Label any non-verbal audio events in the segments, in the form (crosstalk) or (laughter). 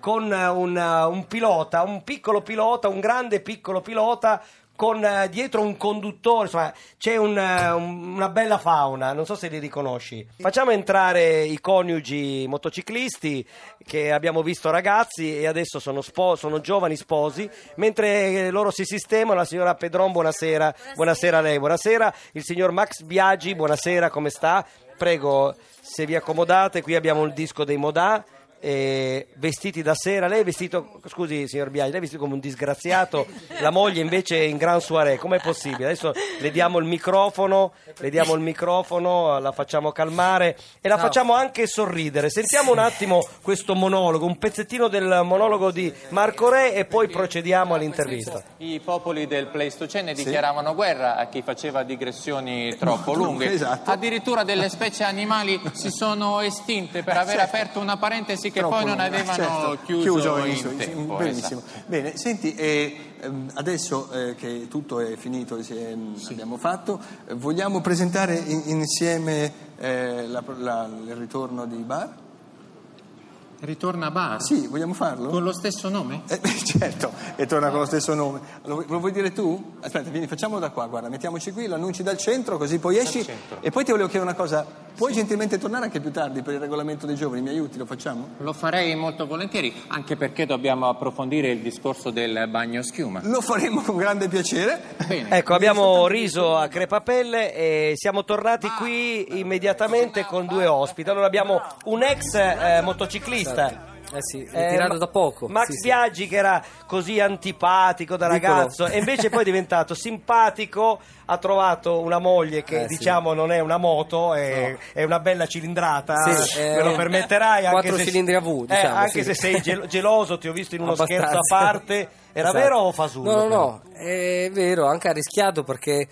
con eh, un, eh, un pilota, un piccolo pilota, un grande piccolo pilota con eh, dietro un conduttore, insomma c'è un, eh, un- una bella fauna, non so se li riconosci. Facciamo entrare i coniugi motociclisti che abbiamo visto ragazzi e adesso sono, spo- sono giovani sposi, mentre eh, loro si sistemano, la signora Pedron buonasera, buonasera a lei, buonasera, il signor Max Biagi buonasera, come sta? Prego, se vi accomodate, qui abbiamo il disco dei Modà. eh, vestiti da sera, lei è vestito, scusi signor Biagi, lei è vestito come un disgraziato, la moglie invece è in gran soirée, com'è possibile? Adesso le diamo il microfono, le diamo il microfono, la facciamo calmare e la facciamo anche sorridere. Sentiamo un attimo questo monologo, un pezzettino del monologo di Marco Re e poi procediamo all'intervista. I popoli del Pleistocene dichiaravano guerra a chi faceva digressioni troppo lunghe. Eh, esatto. Addirittura delle specie (laughs) animali si sono estinte per aver aperto una parentesi che Eh, certo. Troppo poi non lunga, avevano certo. chiuso, in, in- tempo. Benissimo. esatto. Bene, senti, eh, ehm, adesso eh, che tutto è finito, e si è- ehm, abbiamo fatto, eh, vogliamo presentare in- insieme eh, la- la- il ritorno di Bar? esatto. Ritorna a Bar Sì, vogliamo farlo? con lo stesso nome? Eh, certo, e torna con lo stesso nome. Lo, vu- lo vuoi dire tu? Aspetta, vieni, facciamolo da qua, guarda, mettiamoci qui, lo annunci dal centro, così poi esci. E poi ti volevo chiedere una cosa, puoi gentilmente tornare anche più tardi per il regolamento dei giovani, mi aiuti, lo facciamo? Lo farei molto volentieri, anche perché dobbiamo approfondire il discorso del bagno schiuma. Lo faremo con grande piacere. Bene. Ecco, abbiamo riso a crepapelle e siamo tornati qui immediatamente con due ospiti. Allora abbiamo un ex eh, motociclista. Eh sì, eh, ritirato Ma- da poco. Max Sì, sì. Biaggi che era così antipatico da Piccolo. ragazzo e invece poi è diventato simpatico, ha trovato una moglie che Eh, sì. diciamo non è una moto, è, è una bella cilindrata, Sì, me eh, lo permetterai quattro anche se- cilindri a V, eh, diciamo, anche sì. se sei gel- geloso, ti ho visto in uno Abbastanza. scherzo a parte, era Esatto. vero o fasullo? No, no, no, è vero, anche ha rischiato perché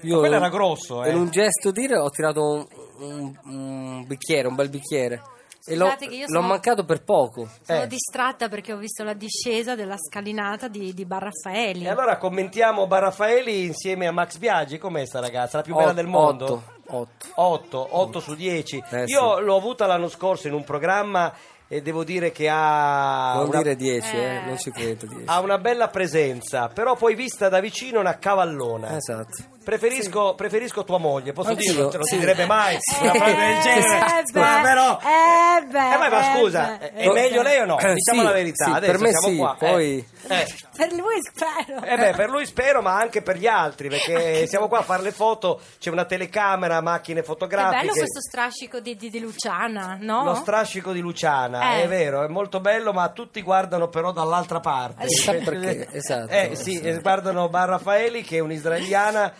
io... Ma quello era grosso, eh. In un gesto dire ho tirato un, un- un bicchiere, un bel bicchiere. e l'ho, Scusate che io l'ho sono- mancato per poco. Sono Eh. distratta perché ho visto la discesa della scalinata di, di Barraffaelli. E allora commentiamo Barraffaeli insieme a Max Biaggi, com'è sta ragazza? La più bella Ot- del mondo? otto, otto. 8, 8 su 10. Eh, Io sì. l'ho avuta l'anno scorso in un programma e devo dire che ha non Ah, una, Ah, dire 10, eh, Eh. non ci credo 10. ha una bella presenza, però poi vista da vicino è una cavallona. Esatto. Preferisco, preferisco tua moglie, posso Anch'io, dirlo? Non te lo sì. si direbbe mai una frase del genere. eh, Scusa, beh, però. eh, beh, Eh, ma, ma eh, scusa, beh, è eh, meglio beh. lei o no? Eh, Diciamo sì, la verità, sì, adesso per me siamo sì, qua. Eh, poi- eh. Per lui spero. Eh beh, per lui spero, ma anche per gli altri, (laughs) perché siamo qua a fare le foto, c'è una telecamera, macchine Che fotografiche. bello questo strascico di, di- di Luciana, no? Lo strascico di Luciana, Eh. è vero, è molto bello, ma tutti guardano però dall'altra parte. Eh, chissà perché, esatto. Eh, sì, eh, guardano Bar Raffaeli che è un'israeliana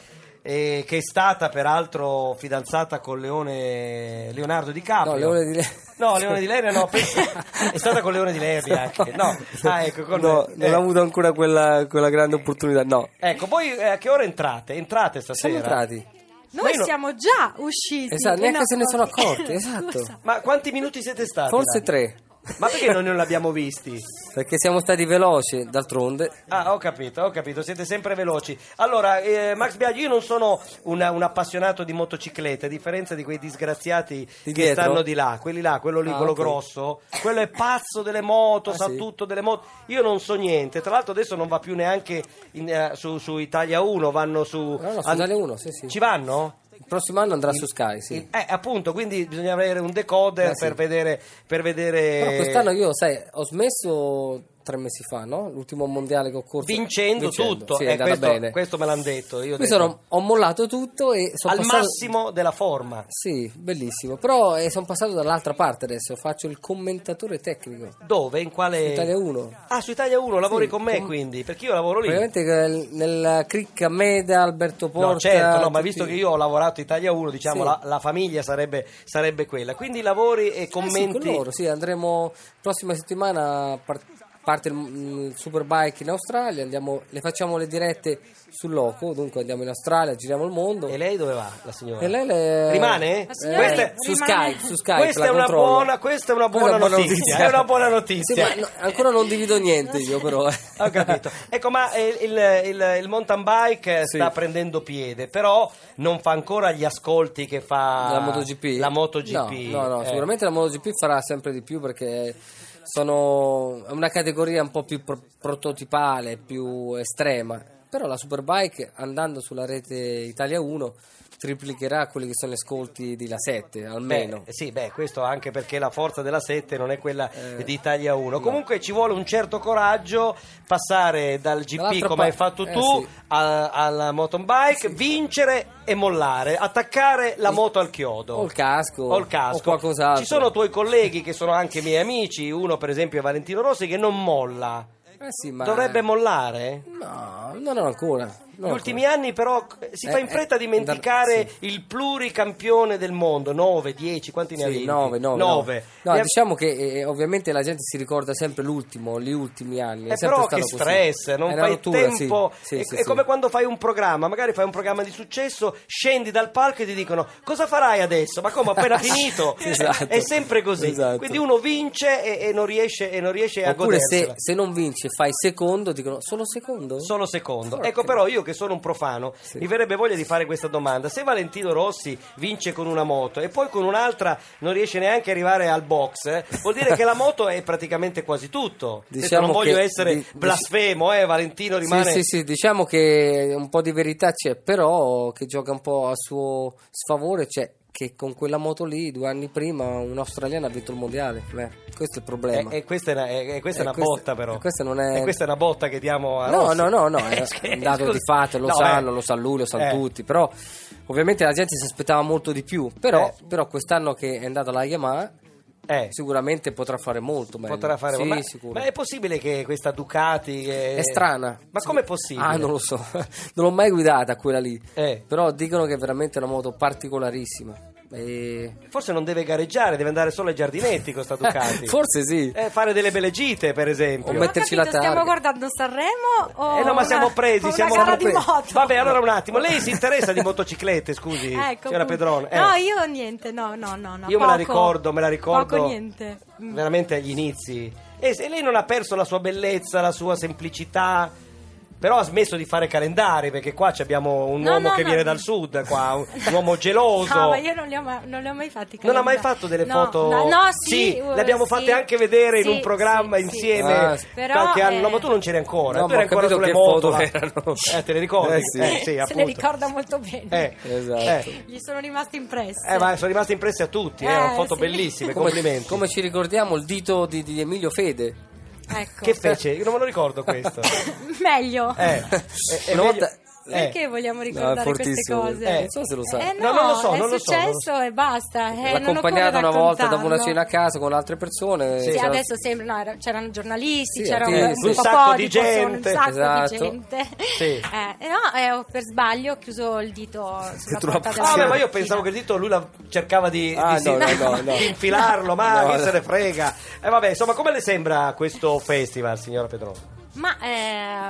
eh, che è stata peraltro fidanzata con Leone Leonardo Di Caprio. No, Leone di Le- Ah, No, Leone di Leria (laughs) no, penso- è stata con Leone di Leria anche. No, ah, ecco, con- Esatto. No, eh. non ho avuto ancora quella, quella grande opportunità, no. Ecco, voi eh, a che ora entrate? Entrate stasera? Siamo entrati. Ma Noi io non- siamo già usciti. Esatto, Eh, neanche no. se ne sono (laughs) accorti, esatto. Scusa. Ma quanti minuti siete stati? Forse là? tre, Ma perché noi non l'abbiamo visti? perché siamo stati veloci, d'altronde. Ah, ho capito, ho capito, siete sempre veloci. Allora, eh, Max Biaggi, io non sono una- un appassionato di motociclette, a differenza di quei disgraziati Di che dietro? stanno di là, quelli là, quello lì, Ah, quello ok. grosso, quello è pazzo delle moto, Ah, sa sì? tutto delle moto. Io non so niente, tra l'altro adesso non va più neanche in, eh, su, su Italia 1, vanno su... No, no, su an- Italia 1, sì, sì. Ci vanno? Il prossimo anno andrà su Sky, sì. Eh, appunto, quindi bisogna avere un decoder Eh, sì. per vedere... Per vedere... Però quest'anno io, sai, ho smesso tre mesi fa, no? L'ultimo mondiale che ho corso. vincendo, tutto. Sì, è Eh, andata questo, bene. questo me l'hanno detto. Io ho Mi detto, sono, ho mollato tutto e sono al passato... massimo della forma. Sì, bellissimo. Però sono passato dall'altra parte adesso, faccio il commentatore tecnico. Dove? In quale? Su Italia 1. Ah, su Italia 1 lavori Sì, con me com- quindi, perché io lavoro lì. Praticamente eh, nella cricca Meda, Alberto Porta... No, certo, no, ma tutti- visto che io ho lavorato Italia 1, diciamo Sì. la, la famiglia sarebbe, sarebbe quella. Quindi lavori e Eh sì, commenti. con loro, sì, andremo prossima settimana... par- parte il, il Superbike in Australia, andiamo, le facciamo le dirette sul loco, dunque andiamo in Australia, giriamo il mondo. E lei dove va, la signora? E lei le- Rimane? Eh, signora rimane. su Skype, su Skype Questa la è una controllo. buona- questa è una buona notizia, è una buona notizia. Sì, ma no- ancora non divido niente io però. eh. Ho capito. Ecco, ma eh, il, il- il mountain bike eh, sta Sì. prendendo piede, però non fa ancora gli ascolti che fa la MotoGP? La MotoGP. No, no, no, eh. sicuramente la MotoGP farà sempre di più perché sono è una categoria un po' più pro- prototipale, più estrema. Però la Superbike andando sulla rete Italia 1 triplicherà quelli che sono gli ascolti di La 7 Beh, almeno. sì, beh, questo anche perché la forza della 7 non è quella Eh, di Italia 1. Comunque ci vuole un certo coraggio passare dal GP Dall'altra come hai parte, fatto eh, tu sì. Eh, a- alla mountain bike, vincere e mollare, attaccare la moto al chiodo. o il casco, O il casco. o qualcos'altro. Ci sono tuoi colleghi che sono anche miei amici, uno per esempio è Valentino Rossi che non molla. Eh sì, ma- Dovrebbe mollare? No, non ancora. non Gli ancora. ultimi anni però c- si Eh, fa in fretta a eh, dimenticare da- sì. il pluricampione del mondo, 9, 10, quanti ne ha vinti? 9, 9, Nove. No, Ne ha- diciamo che eh, ovviamente la gente si ricorda sempre l'ultimo, gli ultimi anni. È Eh, sempre però stato che così. stress, non È una fai rottura, sì. tempo. Sì, è, sì, è sì. come quando fai un programma, magari fai un programma di successo, scendi dal palco e ti dicono cosa farai adesso? Ma come (laughs) appena finito? Sì, esatto. È sempre così. Esatto. Quindi uno vince e, e non riesce, e non riesce a Oppure se, godersela. se non vinci e fai secondo, dicono solo secondo? Solo secondo. Porca. Ecco, però, io che sono un profano, Sì. mi verrebbe voglia di fare questa domanda. Se Valentino Rossi vince con una moto e poi con un'altra non riesce neanche a arrivare al box, eh, vuol dire (laughs) che la moto è praticamente quasi tutto. Adesso Diciamo non voglio che- essere di- blasfemo, eh, Valentino rimane. Sì, sì, sì, diciamo che un po' di verità c'è, però che gioca un po' a suo sfavore c'è che con quella moto lì due anni prima un australiano ha vinto il mondiale. Beh, questo è il problema. Eh, eh, questa è una, eh, eh, questa è Eh, una questa- botta, però. eh, questa non è- Eh, questa è una botta che diamo a No, Rossi. (laughs) no, no, no, è scherzo. un dato di fatto, lo Eh, No, sanno, eh. lo sa lui, lo sanno Eh. tutti, però ovviamente la gente si aspettava molto di più, però, Eh. però quest'anno che è andata la Yamaha Eh, sicuramente potrà fare molto meglio. potrà fare sì, ma, sicuro. ma è possibile che questa Ducati eh, È strana. ma Sì. com'è possibile Ah, non lo so. (laughs) Non l'ho mai guidata quella lì. Eh. Però dicono che è veramente una moto particolarissima. E... forse non deve gareggiare deve andare solo ai giardinetti questa (laughs) Ducati (laughs) Forse sì. Eh, fare delle belle gite per esempio O Non ho metterci capito, la targa. Stiamo guardando Sanremo o Eh no, ma una- siamo o presi, una siamo gara di presi. moto? Vabbè, allora un attimo, lei si interessa di motociclette, scusi, (laughs) Ecco, signora appunto. Pedrone. Eh. No, io niente, no, no, no, no, Io me la poco. ricordo, me la ricordo. Poco niente. Mm. Veramente agli inizi. E se lei non ha perso la sua bellezza, la sua semplicità. Però ha smesso di fare calendari perché qua ci abbiamo un No, uomo no, che no. viene dal sud, qua, un, (laughs) un uomo geloso. No, ma io non li ho mai, non li ho mai fatti. Non ha mai calendari. fatto delle No, foto? No, no, sì. eh, le abbiamo fatte sì. anche vedere in Sì, un programma sì, sì. insieme Ah, sì. Però, qualche anno. No, eh, ma tu non (laughs) c'eri ancora. No, tu ma eri ho ancora capito sulle che moto. foto là. erano. (laughs) Eh, te le ricordi? Eh, sì. Se le appunto. ricorda molto bene. Eh, Esatto. eh. Gli sono rimasti impressi. Eh, ma sono rimaste impresse a tutti, eh, Eh, erano foto sì. bellissime, Come, complimenti. come ci ricordiamo il dito di, di Emilio Fede. Ecco. Che fece? Io non me lo ricordo (laughs) questo. (laughs) Meglio. Eh, eh, eh, Una meglio- volta- eh. Perché vogliamo No, ricordare è queste fortissimo. cose? Eh, non so se lo sa. Eh, No, no, non lo so, è non lo so, non lo successo e basta. Eh, L'ha non accompagnato occorre una volta dopo una raccontarlo. cena a casa con altre persone. Sì, Sì, C'era- adesso sembra, no, era- c'erano giornalisti, Sì, c'era un, artisti. gruppo Un sacco fodico, di sono gente. un sacco Esatto. di gente. Sì. (laughs) Eh, e no, eh, ho per sbaglio ho chiuso il dito sulla Troppo. porta della Ah, beh, ma io macchina. pensavo che il dito lui la- cercava di, Ah, di- no, (laughs) di- no, no, no. di infilarlo, ma No, chi no. se ne frega. E vabbè, insomma, come le sembra questo festival, signora Pedro? Ma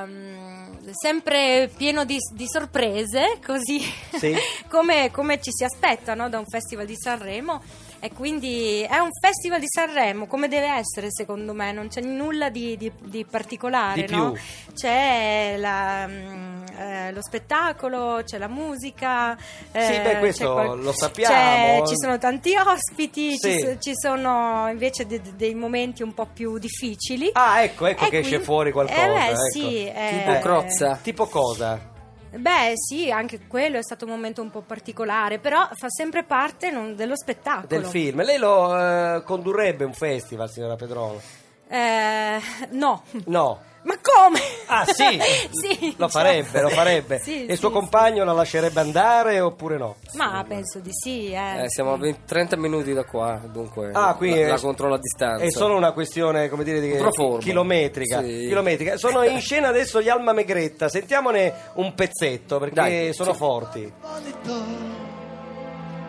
ehm, sempre pieno di, di sorprese, così Sì. (laughs) come, come ci si aspetta no, da un festival di Sanremo. E quindi è un festival di Sanremo, come deve essere secondo me, non c'è nulla di, di- di particolare. Di no? più. C'è la, mm, eh, lo spettacolo, c'è la musica. eh, beh, questo c'è lo sappiamo. c'è- ci sono tanti ospiti, Sì. ci, so- ci sono invece de- de- dei momenti un po' più difficili. Ah, ecco, ecco E che esce quindi- fuori qualcosa. Eh beh, ecco. sì, eh, Tipo Crozza. Tipo cosa? Beh, sì, anche quello è stato un momento un po' particolare, però fa sempre parte non- dello spettacolo. Del film. Lei lo eh, condurrebbe un festival, signora Pedro? Eh, no. (laughs) No. Ma come? Ah sì? (laughs) Sì, Lo cioè- farebbe, lo farebbe. Sì, e il sì, suo sì. compagno la lascerebbe andare oppure no? Ma penso di sì, eh. Eh, siamo a 20 30 minuti da qua, dunque Ah, qui la, è- la controllo a distanza. È solo una questione, come dire, di- Un proforma. chilometrica, Sì. chilometrica. Sono in scena adesso gli Alma Megretta, sentiamone un pezzetto perché Dai, sono sì. forti. Io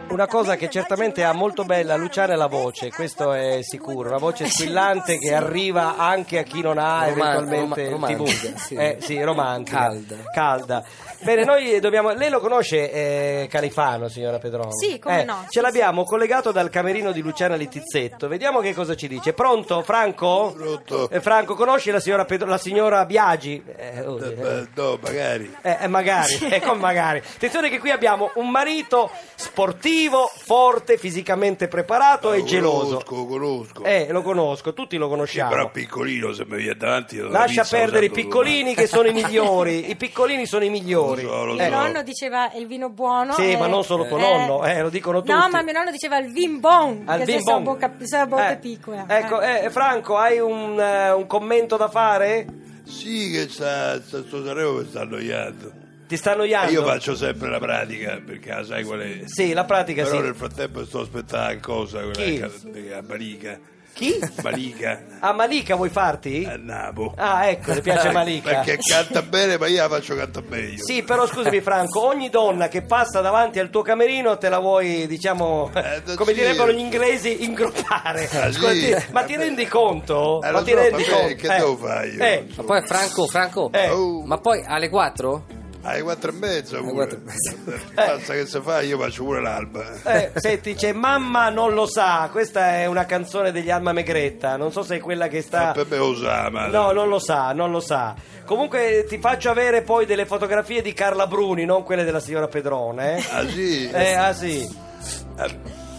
Una cosa che certamente ha molto bella Luciana è la voce, questo è sicuro, una voce squillante che arriva anche a chi non ha Roman- eventualmente roma- il romantica, TV. sì. Eh, sì, romantica. Calda. Calda. Bene, noi dobbiamo... Lei lo conosce eh, Califano, signora Pedroni? Sì, come Eh, no, sì, Ce l'abbiamo collegato dal camerino di Luciana Littizzetto, vediamo che cosa ci dice. Pronto, Franco? Pronto. Eh, Franco, conosci la signora, Pedro- la signora Biagi? Eh, oh, eh. Eh, No, magari. Eh, eh, magari, eh, con magari. Attenzione che qui abbiamo un marito sportivo, forte, fisicamente preparato e Ah, Lo geloso. Conosco, conosco. Eh, lo conosco, tutti lo Sì, conosciamo. però piccolino se mi viene davanti. lo Lascia avvizza perdere i usando piccolini che (laughs) sono i migliori. I piccolini sono i migliori. Lo so, lo Eh, Mio no. nonno diceva il vino buono. Sì, e- ma non solo tuo nonno, eh, lo dicono No, tutti. ma mio nonno diceva il vin bon, al che bing se sono bong. bocca, se la bocca Eh, piccola. Ecco, eh, Franco, hai un, eh, un commento da fare? una- Sì, che sta, sta, sto Sanremo mi sta annoiando. Ti sta E annoiando? Eh, io faccio sempre la pratica, perché la sai qual è. Sì, la pratica Però sì. nel frattempo sto aspettando cosa, Chi? quella che- a Barica. Chi? Barica A Malika vuoi farti? a Napo. Ah, ecco, le (laughs) piace Malika. Eh, Perché canta bene, ma io la faccio cantare meglio. Eh, Sì, però scusami Franco, ogni donna che passa davanti al tuo camerino te la vuoi, diciamo, Eh, (laughs) da come sì. direbbero gli inglesi, ingruppare. Ah, Scusa, sì. ti- ma Eh, ti beh. rendi conto? Eh, lo ma ti so, rendi vabbè, conto? che devo fare io? eh, Ma poi Franco, Franco, Eh. Oh. ma poi alle 4? Alle quattro e mezza pure. quattro e Basta che si fa, io faccio pure l'alba. eh, senti, c'è Mamma non lo sa, questa è una canzone degli Alma Megretta, non so se è quella che Ma sta... Per me lo sa, ma... eh, No, non lo sa, non lo sa. Comunque ti faccio avere poi delle fotografie di Carla Bruni, non quelle della signora Pedrone. eh. Ah sì? Eh, ah sì.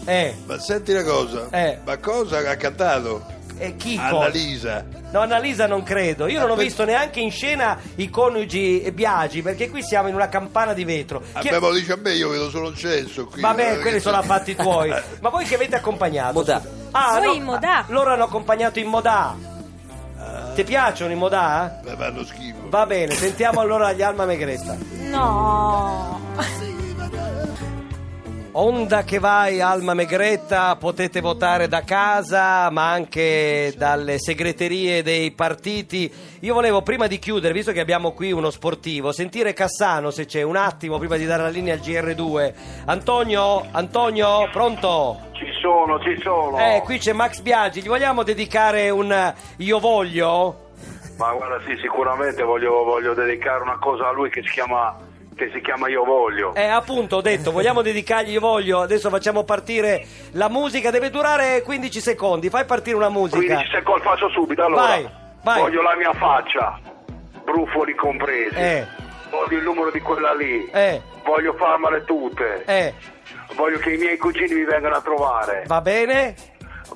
Eh, Ma senti una cosa. Eh. Ma cosa ha cantato? e Chico. Annalisa. No, Annalisa non credo. Io non ho visto neanche in scena i coniugi Biagi, perché qui siamo in una campana di vetro. Chi- Abbiamo dice a me, io vedo solo il censo qui. Vabbè, Eh, quelli che- sono affatti tuoi. Ma voi che avete accompagnato? Modà. Ah, Voi no, in Modà. ah, loro hanno accompagnato in Modà. Ti piacciono i Modà? eh? Ma fanno schifo. Va bene, sentiamo allora gli Alma Megretta. Eh. No. Onda che vai, Alma Megretta, potete votare da casa ma anche dalle segreterie dei partiti. Io volevo prima di chiudere, visto che abbiamo qui uno sportivo, sentire Cassano se c'è un attimo prima di dare la linea al GR2. Antonio, Antonio, pronto? Ci sono, ci sono. Eh, qui c'è Max Biaggi, gli vogliamo dedicare un eh, Io voglio? Ma guarda, sì, sicuramente voglio, voglio dedicare una cosa a lui che si chiama, che si chiama Io Voglio. Eh, appunto, ho detto, vogliamo dedicargli Io voglio. Adesso facciamo partire la musica, deve durare 15 secondi. Fai partire una musica. 15 secondi, faccio subito. Allora, Vai, vai. voglio la mia faccia, brufoli compresi. Eh. Voglio il numero di quella lì. Eh. Voglio farmele tutte. Eh, Voglio che i miei cugini mi vengano a trovare. va bene?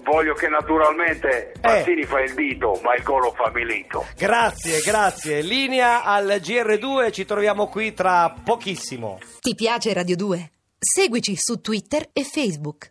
Voglio che naturalmente Eh. Pazzini fa il dito, ma il golo fa Milito. Grazie, grazie. Linea al GR2, ci troviamo qui tra pochissimo. Ti piace Radio 2? Seguici su Twitter e Facebook.